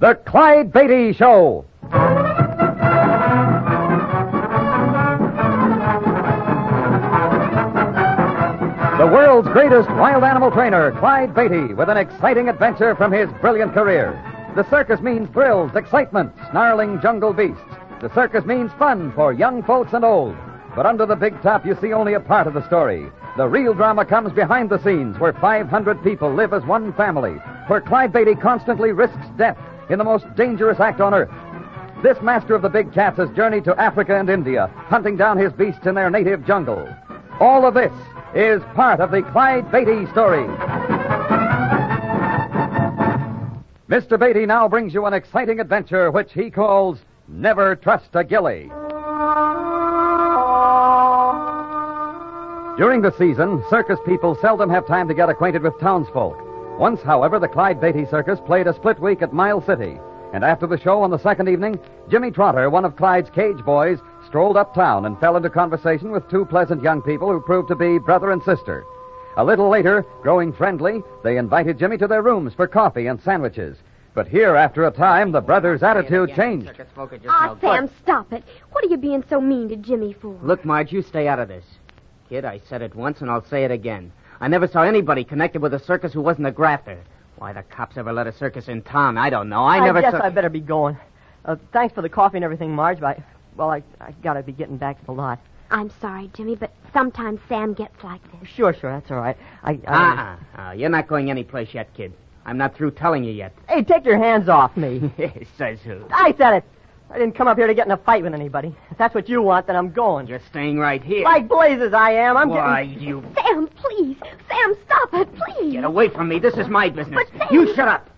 The Clyde Beatty Show. The world's greatest wild animal trainer, Clyde Beatty, with an exciting adventure from his brilliant career. The circus means thrills, excitement, snarling jungle beasts. The circus means fun for young folks and old. But under the big top, you see only a part of the story. The real drama comes behind the scenes where 500 people live as one family, where Clyde Beatty constantly risks death in the most dangerous act on earth. This master of the big cats has journeyed to Africa and India, hunting down his beasts in their native jungle. All of this is part of the Clyde Beatty story. Mr. Beatty now brings you an exciting adventure which he calls Never Trust a Gilly. During the season, circus people seldom have time to get acquainted with townsfolk. Once, however, the Clyde Beatty Circus played a split week at Mile City. And after the show on the second evening, Jimmy Trotter, one of Clyde's cage boys, strolled uptown and fell into conversation with two pleasant young people who proved to be brother and sister. A little later, growing friendly, they invited Jimmy to their rooms for coffee and sandwiches. But here, after a time, the brothers' attitude changed. Ah, Sam, stop it. What are you being so mean to Jimmy for? Look, Marge, you stay out of this. Kid, I said it once and I'll say it again. I never saw anybody connected with a circus who wasn't a grafter. Why the cops ever let a circus in town, I don't know. I, never guess saw... I better be going. Uh, thanks for the coffee and everything, Marge, but I, well, I, I gotta be getting back to the lot. I'm sorry, Jimmy, but sometimes Sam gets like this. Sure, sure, that's all right. I, I Ah, ah, you're not going anyplace yet, kid. I'm not through telling you yet. Hey, take your hands off me. Says who? I said it. I didn't come up here to get in a fight with anybody. If that's what you want, then I'm going. You're staying right here. Like blazes I am. I'm Why, getting... you... Sam, please. Sam, stop it, please. Get away from me. This is my business. But, Sam- You shut up.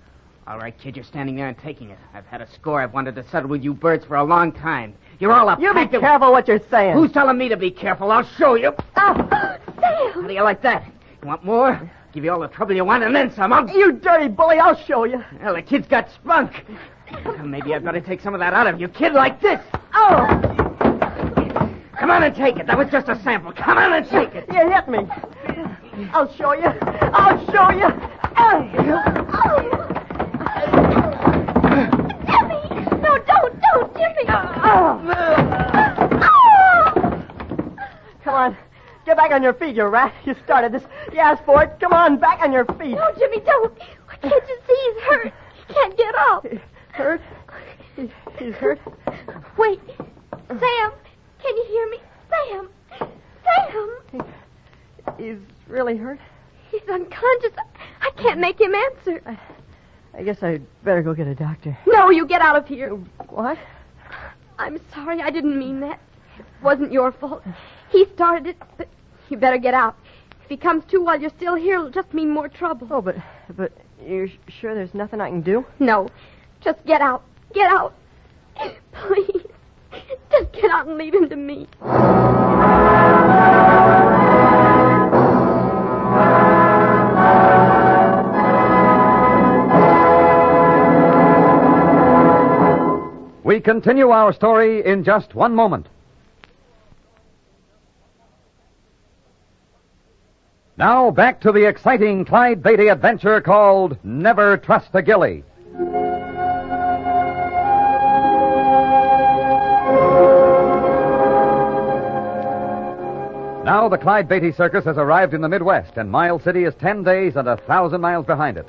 All right, kid, you're standing there and taking it. I've had a score I've wanted to settle with you birds for a long time. You're all up. You be careful what you're saying. Who's telling me to be careful? I'll show you. Ah, Sam. How do you like that? You want more? Give you all the trouble you want and then some. I'll... You dirty bully, I'll show you. Well, the kid's got spunk. Well, maybe I'd better take some of that out of you, kid, like this. Oh, Come on and take it. That was just a sample. Come on and take it. you hit me. I'll show you. I'll show you. Oh. Jimmy. No, don't, don't, Jimmy. Oh. Come on. Get back on your feet, you rat. You started this. You asked for it. Come on, back on your feet. No, Jimmy, don't. Can't you see he's hurt? He can't get up. Hurt? He's hurt? Wait. Sam, can you hear me? Sam. Sam. He's really hurt? He's unconscious. I can't make him answer. I guess I'd better go get a doctor. No, you get out of here. What? I'm sorry. I didn't mean that. It wasn't your fault. He started it, but you better get out. If he comes to while you're still here, it'll just mean more trouble. Oh, but but you're sh- sure there's nothing I can do? No. Just get out. Get out. Please. Just get out and leave him to me. We continue our story in just one moment. Now back to the exciting Clyde Beatty adventure called Never Trust a Gilly. Now the Clyde Beatty Circus has arrived in the Midwest, and Mile City is 10 days and a 1,000 miles behind it.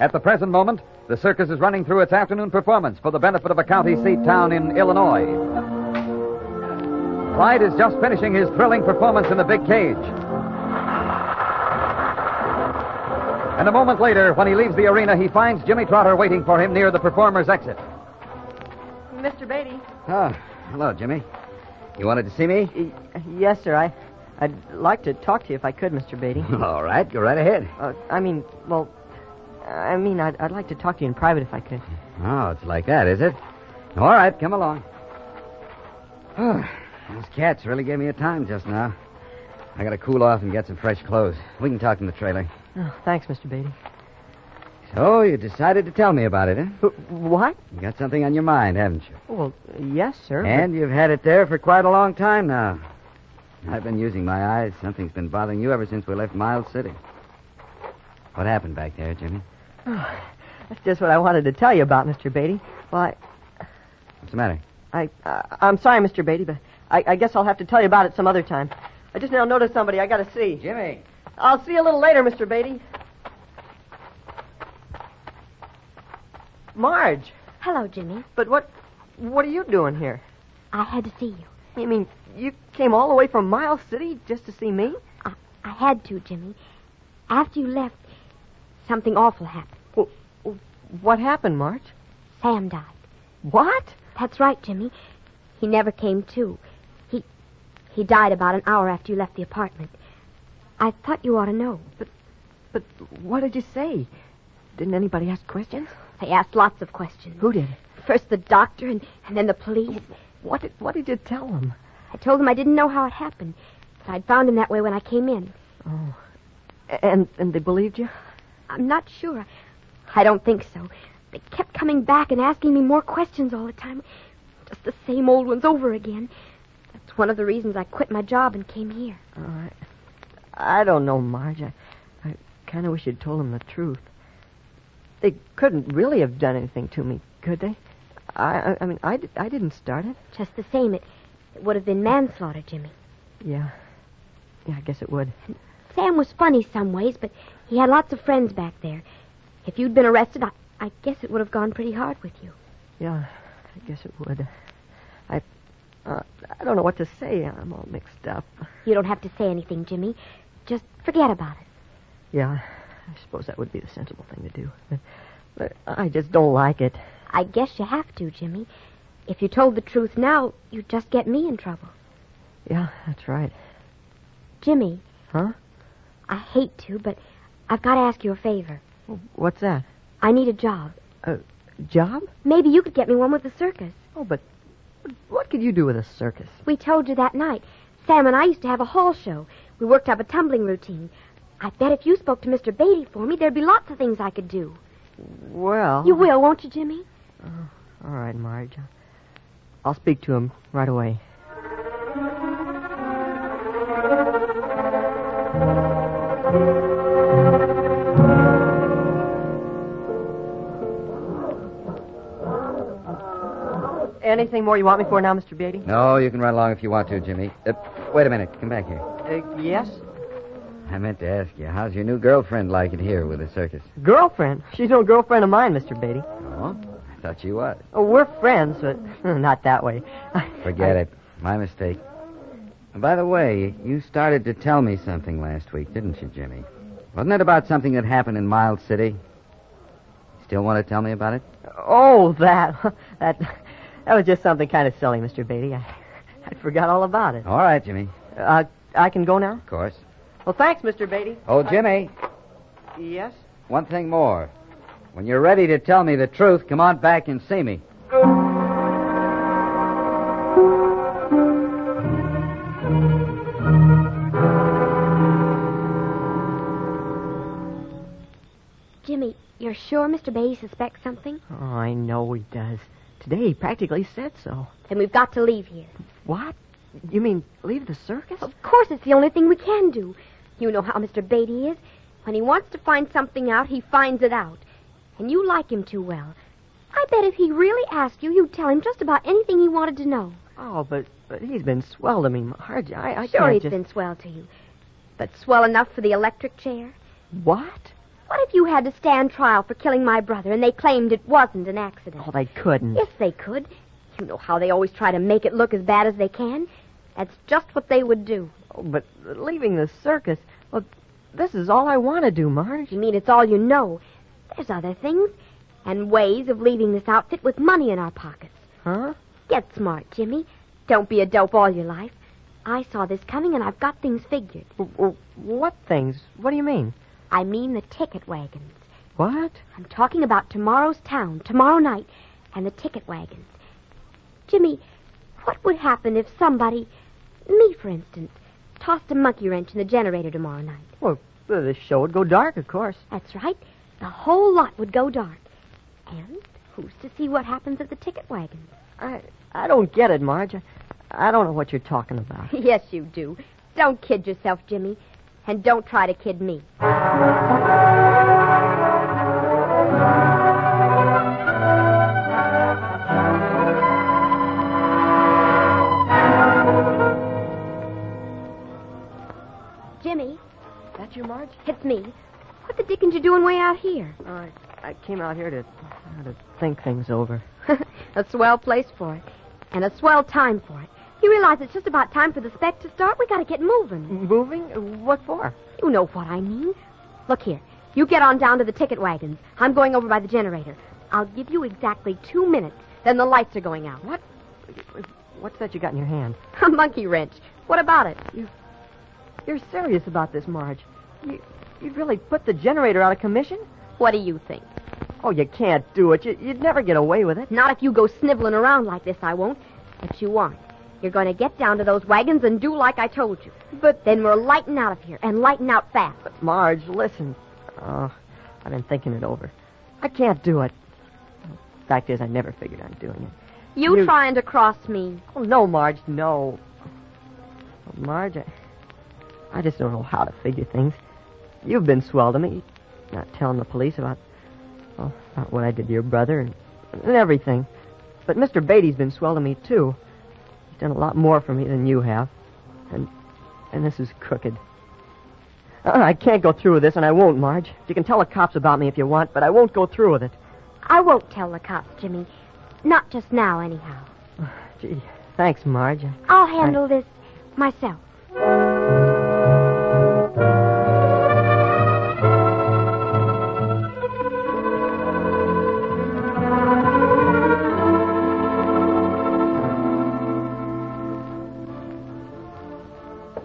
At the present moment, the circus is running through its afternoon performance for the benefit of a county seat town in Illinois. Clyde is just finishing his thrilling performance in the big cage. And a moment later, when he leaves the arena, he finds Jimmy Trotter waiting for him near the performer's exit. Mr. Beatty. Ah, hello, Jimmy. You wanted to see me? Yes, sir. I I'd like to talk to you if I could, Mr. Beatty. All right, go right ahead. Uh, I mean, well, I mean, I'd, I'd like to talk to you in private if I could. Oh, it's like that, is it? All right, come along. Those cats really gave me a time just now. I gotta cool off and get some fresh clothes. We can talk in the trailer. Oh, thanks, Mr. Beatty. So you decided to tell me about it, huh? Wh- What? You got something on your mind, haven't you? Well, yes, sir. but- And you've had it there for quite a long time now. I've been using my eyes. Something's been bothering you ever since we left Miles City. What happened back there, Jimmy? That's just what I wanted to tell you about, Mr. Beatty. Well, I, What's the matter? I, uh, I'm sorry, Mr. Beatty, but I, I guess I'll have to tell you about it some other time. I just now noticed somebody I gotta see. Jimmy! I'll see you a little later, Mr. Beatty. Marge, Hello, Jimmy. but what, what are you doing here? I had to see you. You mean you came all the way from Miles City just to see me? I, I had to, Jimmy. After you left, something awful happened. Well, what happened, Marge? Sam died. What? That's right, Jimmy. He never came to. He he died about an hour after you left the apartment. I thought you ought to know. But what did you say? Didn't anybody ask questions? They asked lots of questions. Who did? First the doctor and, and then the police. What did What did you tell them? I told them I didn't know how it happened. But I'd found him that way when I came in. Oh, and and they believed you. I'm not sure. I don't think so. They kept coming back and asking me more questions all the time. Just the same old ones over again. That's one of the reasons I quit my job and came here. All right. I don't know, Marge. I, I kind of wish you'd told them the truth. They couldn't really have done anything to me, could they? I I, I mean, I, di- I didn't start it. Just the same, it, it would have been manslaughter, Jimmy. Yeah. Yeah, I guess it would. Sam was funny some ways, but he had lots of friends back there. If you'd been arrested, I, I guess it would have gone pretty hard with you. Yeah, I guess it would. I uh, I don't know what to say. I'm all mixed up. You don't have to say anything, Jimmy. Just forget about it. Yeah, I suppose that would be the sensible thing to do. But I just don't like it. I guess you have to, Jimmy. If you told the truth now, you'd just get me in trouble. Yeah, that's right. Jimmy, Huh? I hate to, but I've got to ask you a favor. What's that? I need a job. A job? Maybe you could get me one with the circus. Oh, but what could you do with a circus? We told you that night. Sam and I used to have a hall show. We worked up a tumbling routine. I bet if you spoke to Mr. Beatty for me, there'd be lots of things I could do. Well, You will, won't you, Jimmy? All right, Marge. I'll speak to him right away. Anything more you want me for now, Mr. Beatty? No, you can run along if you want to, Jimmy. Uh, wait a minute. Come back here. Uh, yes. I meant to ask you, how's your new girlfriend like it here with the circus? Girlfriend? She's no girlfriend of mine, Mr. Beatty. Oh, I thought she was. Oh, we're friends, but not that way. Forget it. My mistake. And by the way, you started to tell me something last week, didn't you, Jimmy? Wasn't it about something that happened in Miles City? Still want to tell me about it? Oh, that. That that was just something kind of silly, Mr. Beatty. I, I forgot all about it. All right, Jimmy. Uh, I can go now? Of course. Well, thanks, Mr. Beatty. Oh, Jimmy, Yes? one thing more. When you're ready to tell me the truth, come on back and see me. Jimmy, you're sure Mr. Beatty suspects something? Oh, I know he does. Today he practically said so. Then we've got to leave here. What? You mean leave the circus? Of course, it's the only thing we can do. You know how Mr. Beatty is. When he wants to find something out, he finds it out. And you like him too well. I bet if he really asked you, you'd tell him just about anything he wanted to know. Oh, but, but he's been swell to me, Marge. I, I sure, can't he's just... been swell to you. But swell enough for the electric chair? What? What if you had to stand trial for killing my brother and they claimed it wasn't an accident? Oh, they couldn't. Yes, they could. You know how they always try to make it look as bad as they can. That's just what they would do. Oh, but leaving the circus... Well, this is all I want to do, Marge. You mean it's all you know? There's other things and ways of leaving this outfit with money in our pockets. Huh? Get smart, Jimmy. Don't be a dope all your life. I saw this coming and I've got things figured. W- w- What things? What do you mean? I mean the ticket wagons. What? I'm talking about tomorrow's town, tomorrow night, and the ticket wagons. Jimmy, what would happen if somebody, me for instance, tossed a monkey wrench in the generator tomorrow night? Well, the show would go dark, of course. That's right. The whole lot would go dark. And who's to see what happens at the ticket wagons? I I don't get it, Marge. I, I don't know what you're talking about. yes, you do. Don't kid yourself, Jimmy. And don't try to kid me. Jimmy, That you, Marge? it's me. What the dickens you doing way out here? Oh, I, I came out here to, to think things over. a swell place for it, and a swell time for it. You realize it's just about time for the spec to start. We gotta get moving. Moving? What for? You know what I mean. Look here. You get on down to the ticket wagons. I'm going over by the generator. I'll give you exactly two minutes. Then the lights are going out. What? What's that you got in your hand? A monkey wrench. What about it? You're serious about this, Marge. You, you really put the generator out of commission? What do you think? Oh, you can't do it. You, you'd never get away with it. Not if you go sniveling around like this, I won't. But you aren't. You're going to get down to those wagons and do like I told you. But then we're lighting out of here, and lighting out fast. Marge, listen. Oh, I've been thinking it over. I can't do it. Fact is, I never figured on doing it. You, You- trying to cross me? Oh, no, Marge, no. Marge, I, I just don't know how to figure things. You've been swell to me, not telling the police about, well, about what I did to your brother and, and everything. But Mr. Beatty's been swell to me, too. He's done a lot more for me than you have. And, and this is crooked. Uh, I can't go through with this, and I won't, Marge. You can tell the cops about me if you want, but I won't go through with it. I won't tell the cops, Jimmy. Not just now, anyhow. Gee, thanks, Marge. I'll handle this myself.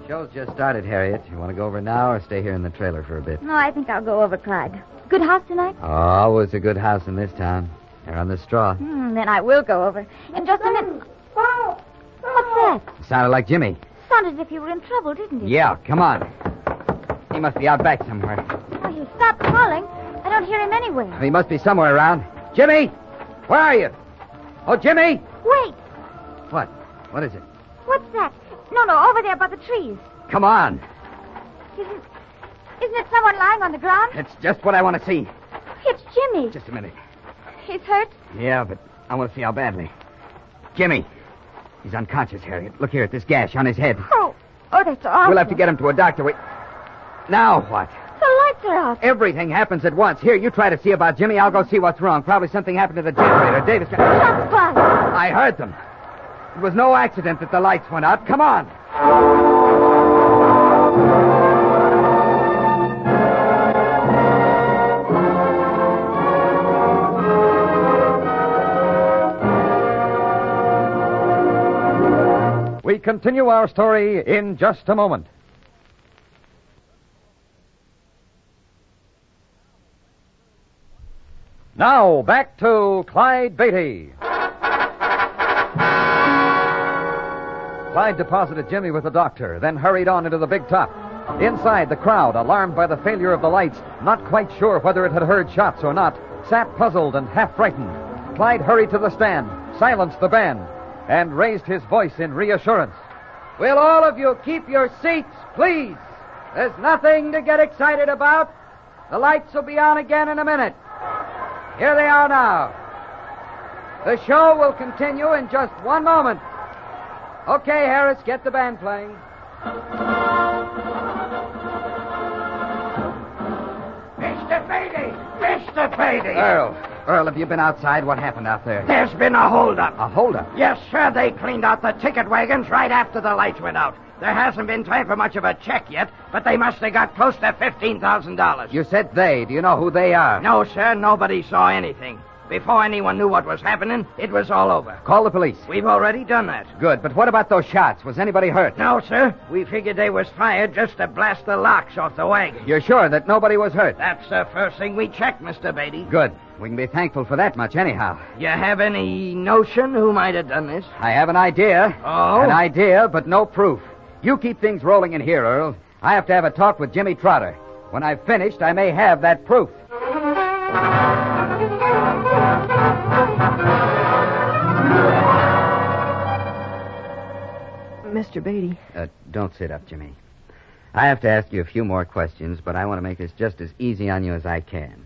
Show's just started, Harriet. You want to go over now or stay here in the trailer for a bit? No, I think I'll go over, Clyde. Good house tonight? Oh, always a good house in this town. They're on the straw. Hmm, then I will go over. In just a minute. What's that? Sounded like Jimmy. Sounded as if you were in trouble, didn't it? Yeah, come on. He must be out back somewhere. Oh, he stopped calling. I don't hear him anywhere. He must be somewhere around. Jimmy! Where are you? Oh, Jimmy! Wait, What? What is it? what's that? No, no, over there by the trees. Come on. Isn't, isn't it someone lying on the ground? That's just what I want to see. It's Jimmy. Just a minute. He's hurt. Yeah, but I want to see how badly. Jimmy! He's unconscious, Harriet. Look here at this gash on his head. Oh, oh, that's awful. We'll have to get him to a doctor. Wait. Now what? The lights are out. Everything happens at once. Here, you try to see about Jimmy. I'll go see what's wrong. Probably something happened to the generator. Davis. Shots fired. I heard them. It was no accident that the lights went out. Come on. We continue our story in just a moment. Now, back to Clyde Beatty. Clyde deposited Jimmy with the doctor, then hurried on into the big top. Inside, the crowd, alarmed by the failure of the lights, not quite sure whether it had heard shots or not, sat puzzled and half frightened. Clyde hurried to the stand, silenced the band, and raised his voice in reassurance. Will all of you keep your seats, please? There's nothing to get excited about. The lights will be on again in a minute. Here they are now. The show will continue in just one moment. Okay, Harris, get the band playing. Mr. Beatty! Mr. Beatty! Earl, Earl, have you been outside? What happened out there? There's been a holdup. A holdup. Yes, sir, they cleaned out the ticket wagons right after the lights went out. There hasn't been time for much of a check yet, but they must have got close to $15,000. You said they. Do you know who they are? No, sir, nobody saw anything. Before anyone knew what was happening, it was all over. Call the police. We've already done that. Good, but what about those shots? Was anybody hurt? No, sir. We figured they was fired just to blast the locks off the wagon. You're sure that nobody was hurt? That's the first thing we checked, Mr. Beatty. Good. We can be thankful for that much, anyhow. You have any notion who might have done this? I have an idea. Oh? An idea, but no proof. You keep things rolling in here, Earl. I have to have a talk with Jimmy Trotter. When I've finished, I may have that proof. Mr. Beatty, Uh, don't sit up, Jimmy. I have to ask you a few more questions, but I want to make this just as easy on you as I can.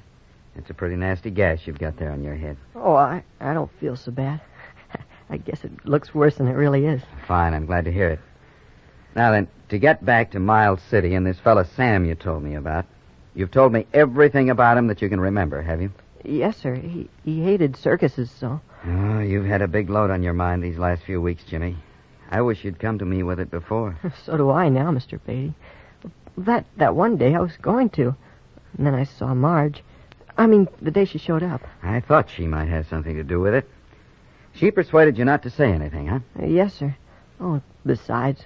It's a pretty nasty gash you've got there on your head. oh, I, I don't feel so bad. I guess it looks worse than it really is. Fine, I'm glad to hear it. Now then, to get back to Miles City and this fella Sam you told me about, you've told me everything about him that you can remember, have you? Yes, sir. He, he hated circuses so. Oh, you've had a big load on your mind these last few weeks, Jimmy. I wish you'd come to me with it before. So do I now, Mr. Beatty. That that one day I was going to, and then I saw Marge. I mean, the day she showed up. I thought she might have something to do with it. She persuaded you not to say anything, huh? Uh, yes, sir. Oh, besides,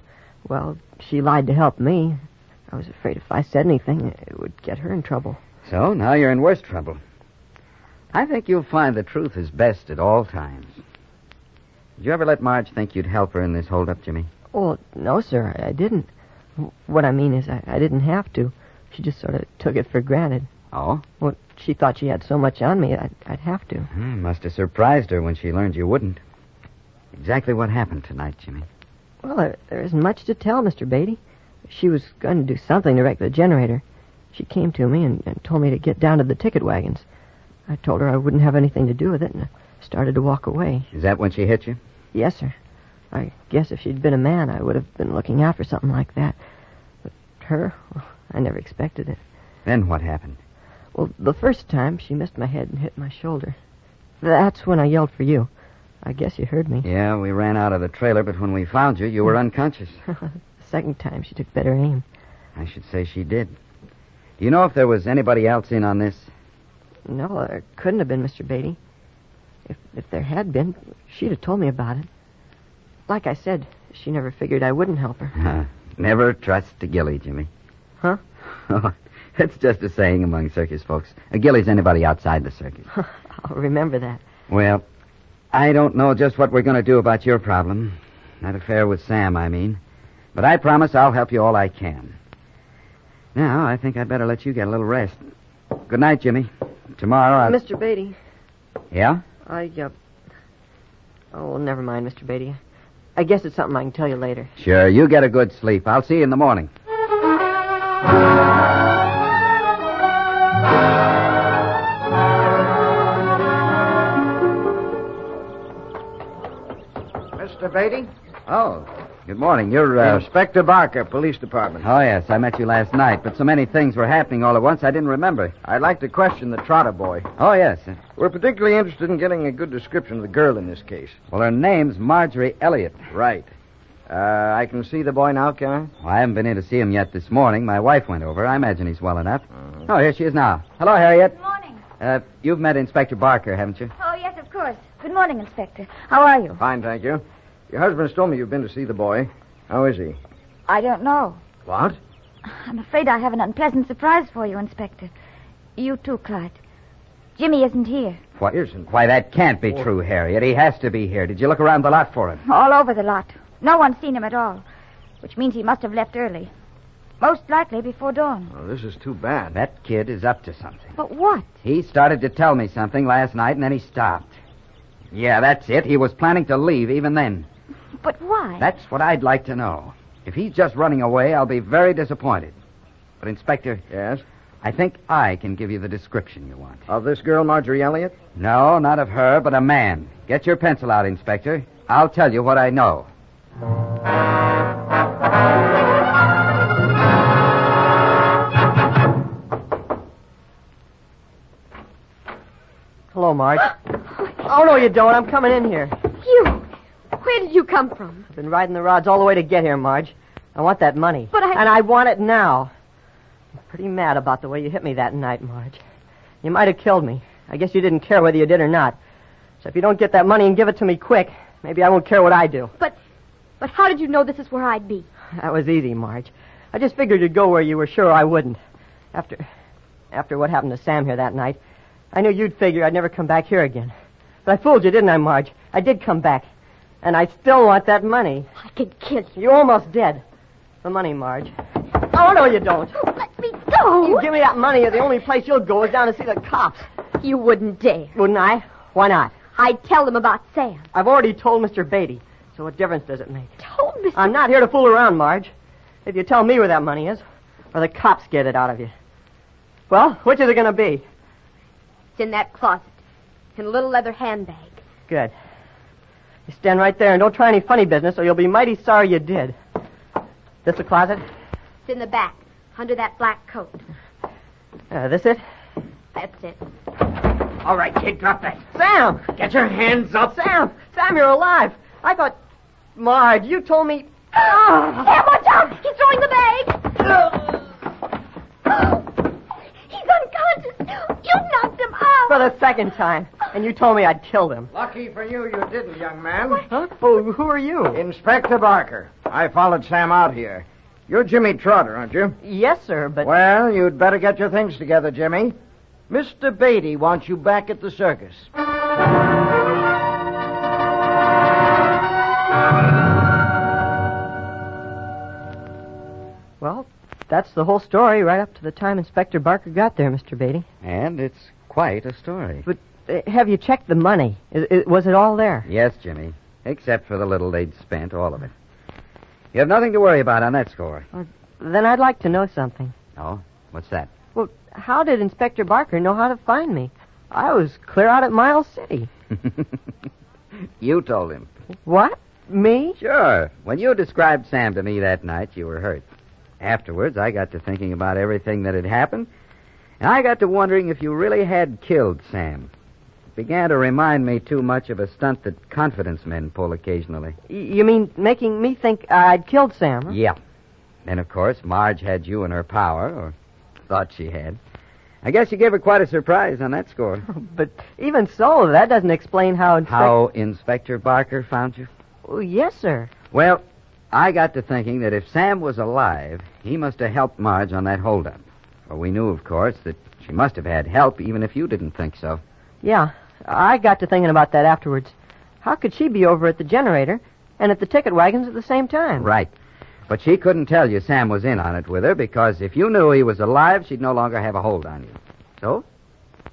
well, she lied to help me. I was afraid if I said anything, it would get her in trouble. So now you're in worse trouble. I think you'll find the truth is best at all times. Did you ever let Marge think you'd help her in this holdup, Jimmy? Well, Oh, no, sir, I, I didn't. W- What I mean is, I, I didn't have to. She just sort of took it for granted. Oh? Well, she thought she had so much on me, I'd, I'd have to. Hmm, must have surprised her when she learned you wouldn't. Exactly what happened tonight, Jimmy. Well, there, there isn't much to tell, Mr. Beatty. She was going to do something to wreck the generator. She came to me and, and told me to get down to the ticket wagons. I told her I wouldn't have anything to do with it and started to walk away. Is that when she hit you? Yes, sir. I guess if she'd been a man, I would have been looking out for something like that. But her, well, I never expected it. Then what happened? Well, the first time she missed my head and hit my shoulder. That's when I yelled for you. I guess you heard me. Yeah, we ran out of the trailer, but when we found you, you were unconscious. Second time she took better aim. I should say she did. Do you know if there was anybody else in on this? No, there couldn't have been, Mr. Beatty. If, if there had been, she'd have told me about it. Like I said, she never figured I wouldn't help her. Huh. Never trust a gilly, Jimmy. Huh? That's just a saying among circus folks. A gilly's anybody outside the circus. I'll remember that. Well, I don't know just what we're going to do about your problem. That affair with Sam, I mean. But I promise I'll help you all I can. Now, I think I'd better let you get a little rest. Good night, Jimmy. Tomorrow I'll. Mr. Beatty, Yeah? I, uh... Oh, well, never mind, Mr. Beatty. I guess it's something I can tell you later. Sure, you get a good sleep. I'll see you in the morning. Mr. Beatty? Oh, good morning. You're, uh. Inspector Barker, Police Department. Oh, yes, I met you last night, but so many things were happening all at once I didn't remember. I'd like to question the Trotter boy. Oh, yes. We're particularly interested in getting a good description of the girl in this case. Well, her name's Marjorie Elliott. Right. Uh, I can see the boy now, can I? Well, I haven't been in to see him yet this morning. My wife went over. I imagine he's well enough. Mm-hmm. Oh, here she is now. Hello, Harriet. Good morning. Uh, you've met Inspector Barker, haven't you? Oh, yes, of course. Good morning, Inspector. How are you? Fine, thank you. Your husband's told me you've been to see the boy. How is he? I don't know. What? I'm afraid I have an unpleasant surprise for you, Inspector. You too, Clyde. Jimmy isn't here. What isn't? Why, that can't Oh. be true, Harriet. He has to be here. Did you look around the lot for him? All over the lot. No one's seen him at all, which means he must have left early. Most likely before dawn. Well, this is too bad. That kid is up to something. But what? He started to tell me something last night, and then he stopped. Yeah, that's it. He was planning to leave even then. But why? That's what I'd like to know. If he's just running away, I'll be very disappointed. But, Inspector, Yes? I think I can give you the description you want. Of this girl, Marjorie Elliott? No, not of her, but a man. Get your pencil out, Inspector. I'll tell you what I know. Hello, Marge. oh, no, you don't. I'm coming in here. You! Where did you come from? I've been riding the rods all the way to get here, Marge. I want that money. But I- And I want it now. I'm pretty mad about the way you hit me that night, Marge. You might have killed me. I guess you didn't care whether you did or not. So if you don't get that money and give it to me quick, maybe I won't care what I do. But, but how did you know this is where I'd be? That was easy, Marge. I just figured you'd go where you were sure I wouldn't. After, after what happened to Sam here that night, I knew you'd figure I'd never come back here again. But I fooled you, didn't I, Marge? I did come back. And I still want that money. I could kill you. You almost did. The money, Marge. Oh, no, you don't. Let me go. You give me that money, or the only place you'll go is down to see the cops. You wouldn't dare. Wouldn't I? Why not? I'd tell them about Sam. I've already told Mr. Beatty, so what difference does it make? Told Mr. I'm not here to fool around, Marge. If you tell me where that money is, or the cops get it out of you. Well, which is it going to be? It's in that closet, in a little leather handbag. Good. You stand right there and don't try any funny business, or you'll be mighty sorry you did. This the closet? It's in the back, under that black coat. Uh, this it? That's it. All right, kid, drop that. Sam! Get your hands up. Sam! Sam, you're alive! I thought. Marge, you told me. ah, Sam, watch out! He's throwing the bag. He's unconscious. You knocked him out. For the second time. And you told me I'd kill them. Lucky for you, you didn't, young man. Huh? Oh, who are you? Inspector Barker. I followed Sam out here. You're Jimmy Trotter, aren't you? Yes, sir, but. Well, you'd better get your things together, Jimmy. Mr. Beatty wants you back at the circus. Well, that's the whole story right up to the time Inspector Barker got there, Mr. Beatty. And it's quite a story. But uh, have you checked the money? I- I- was it all there? Yes, Jimmy. Except for the little they'd spent, all of it. You have nothing to worry about on that score. Then I'd like to know something. Oh, what's that? Well, how did Inspector Barker know how to find me? I was clear out at Miles City. you told him. What? Me? Sure. When you described Sam to me that night, you were hurt. Afterwards, I got to thinking about everything that had happened, and I got to wondering if you really had killed Sam. It began to remind me too much of a stunt that confidence men pull occasionally. Y- you mean making me think I'd killed Sam? huh? Yeah. And of course, Marge had you in her power, or thought she had. I guess you gave her quite a surprise on that score. But even so, that doesn't explain how. Inspec- How Inspector Barker found you? Oh, yes, sir. Well, I got to thinking that if Sam was alive, he must have helped Marge on that holdup. For we knew, of course, that she must have had help, even if you didn't think so. Yeah, I got to thinking about that afterwards. How could she be over at the generator and at the ticket wagons at the same time? Right. But she couldn't tell you Sam was in on it with her, because if you knew he was alive, she'd no longer have a hold on you. So,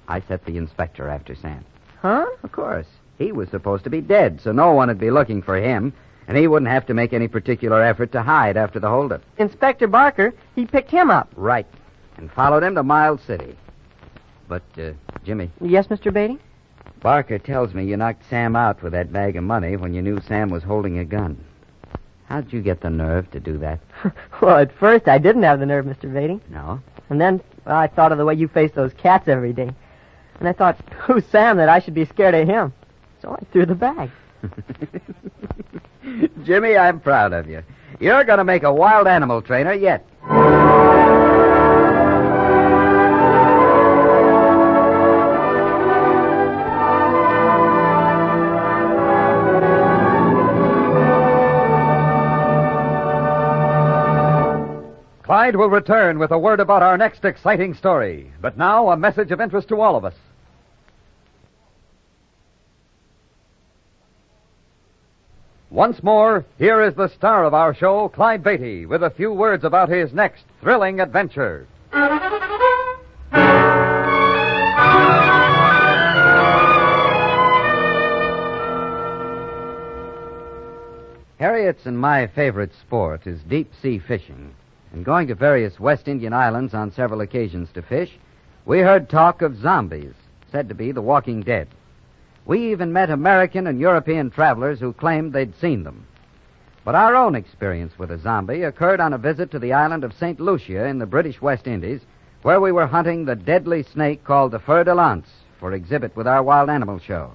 I set the inspector after Sam. Huh? Of course. He was supposed to be dead, so no one would be looking for him, and he wouldn't have to make any particular effort to hide after the holdup. Inspector Barker, he picked him up. Right. And followed him to Miles City. But, uh, Jimmy, Yes, Mr. Beatty? Barker tells me you knocked Sam out with that bag of money when you knew Sam was holding a gun. How'd you get the nerve to do that? well, at first I didn't have the nerve, Mr. Beatty. No? And then well, I thought of the way you face those cats every day. And I thought, who's Sam that I should be scared of him? So I threw the bag. Jimmy, I'm proud of you. You're going to make a wild animal trainer yet. Clyde will return with a word about our next exciting story. But now, a message of interest to all of us. Once more, here is the star of our show, Clyde Beatty, with a few words about his next thrilling adventure. Harriet's and my favorite sport is deep sea fishing. And going to various West Indian islands on several occasions to fish, we heard talk of zombies, said to be the walking dead. We even met American and European travelers who claimed they'd seen them. But our own experience with a zombie occurred on a visit to the island of St. Lucia in the British West Indies, where we were hunting the deadly snake called the fur de lance for exhibit with our wild animal show.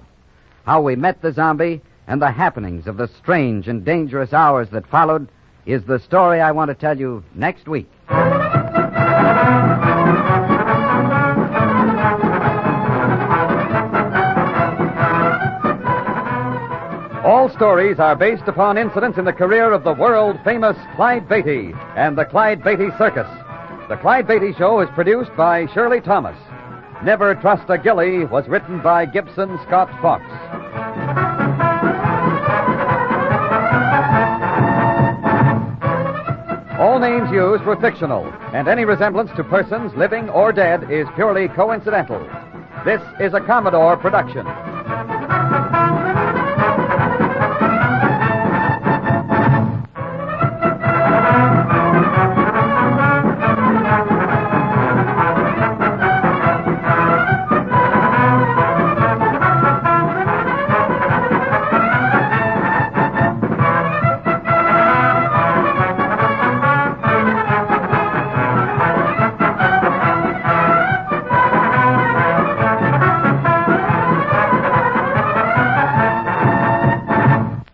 How we met the zombie and the happenings of the strange and dangerous hours that followed is the story I want to tell you next week. All stories are based upon incidents in the career of the world famous Clyde Beatty and the Clyde Beatty Circus. The Clyde Beatty Show is produced by Shirley Thomas. Never Trust a Gilly was written by Gibson Scott Fox. All names used were fictional, and any resemblance to persons living or dead is purely coincidental. This is a Commodore production.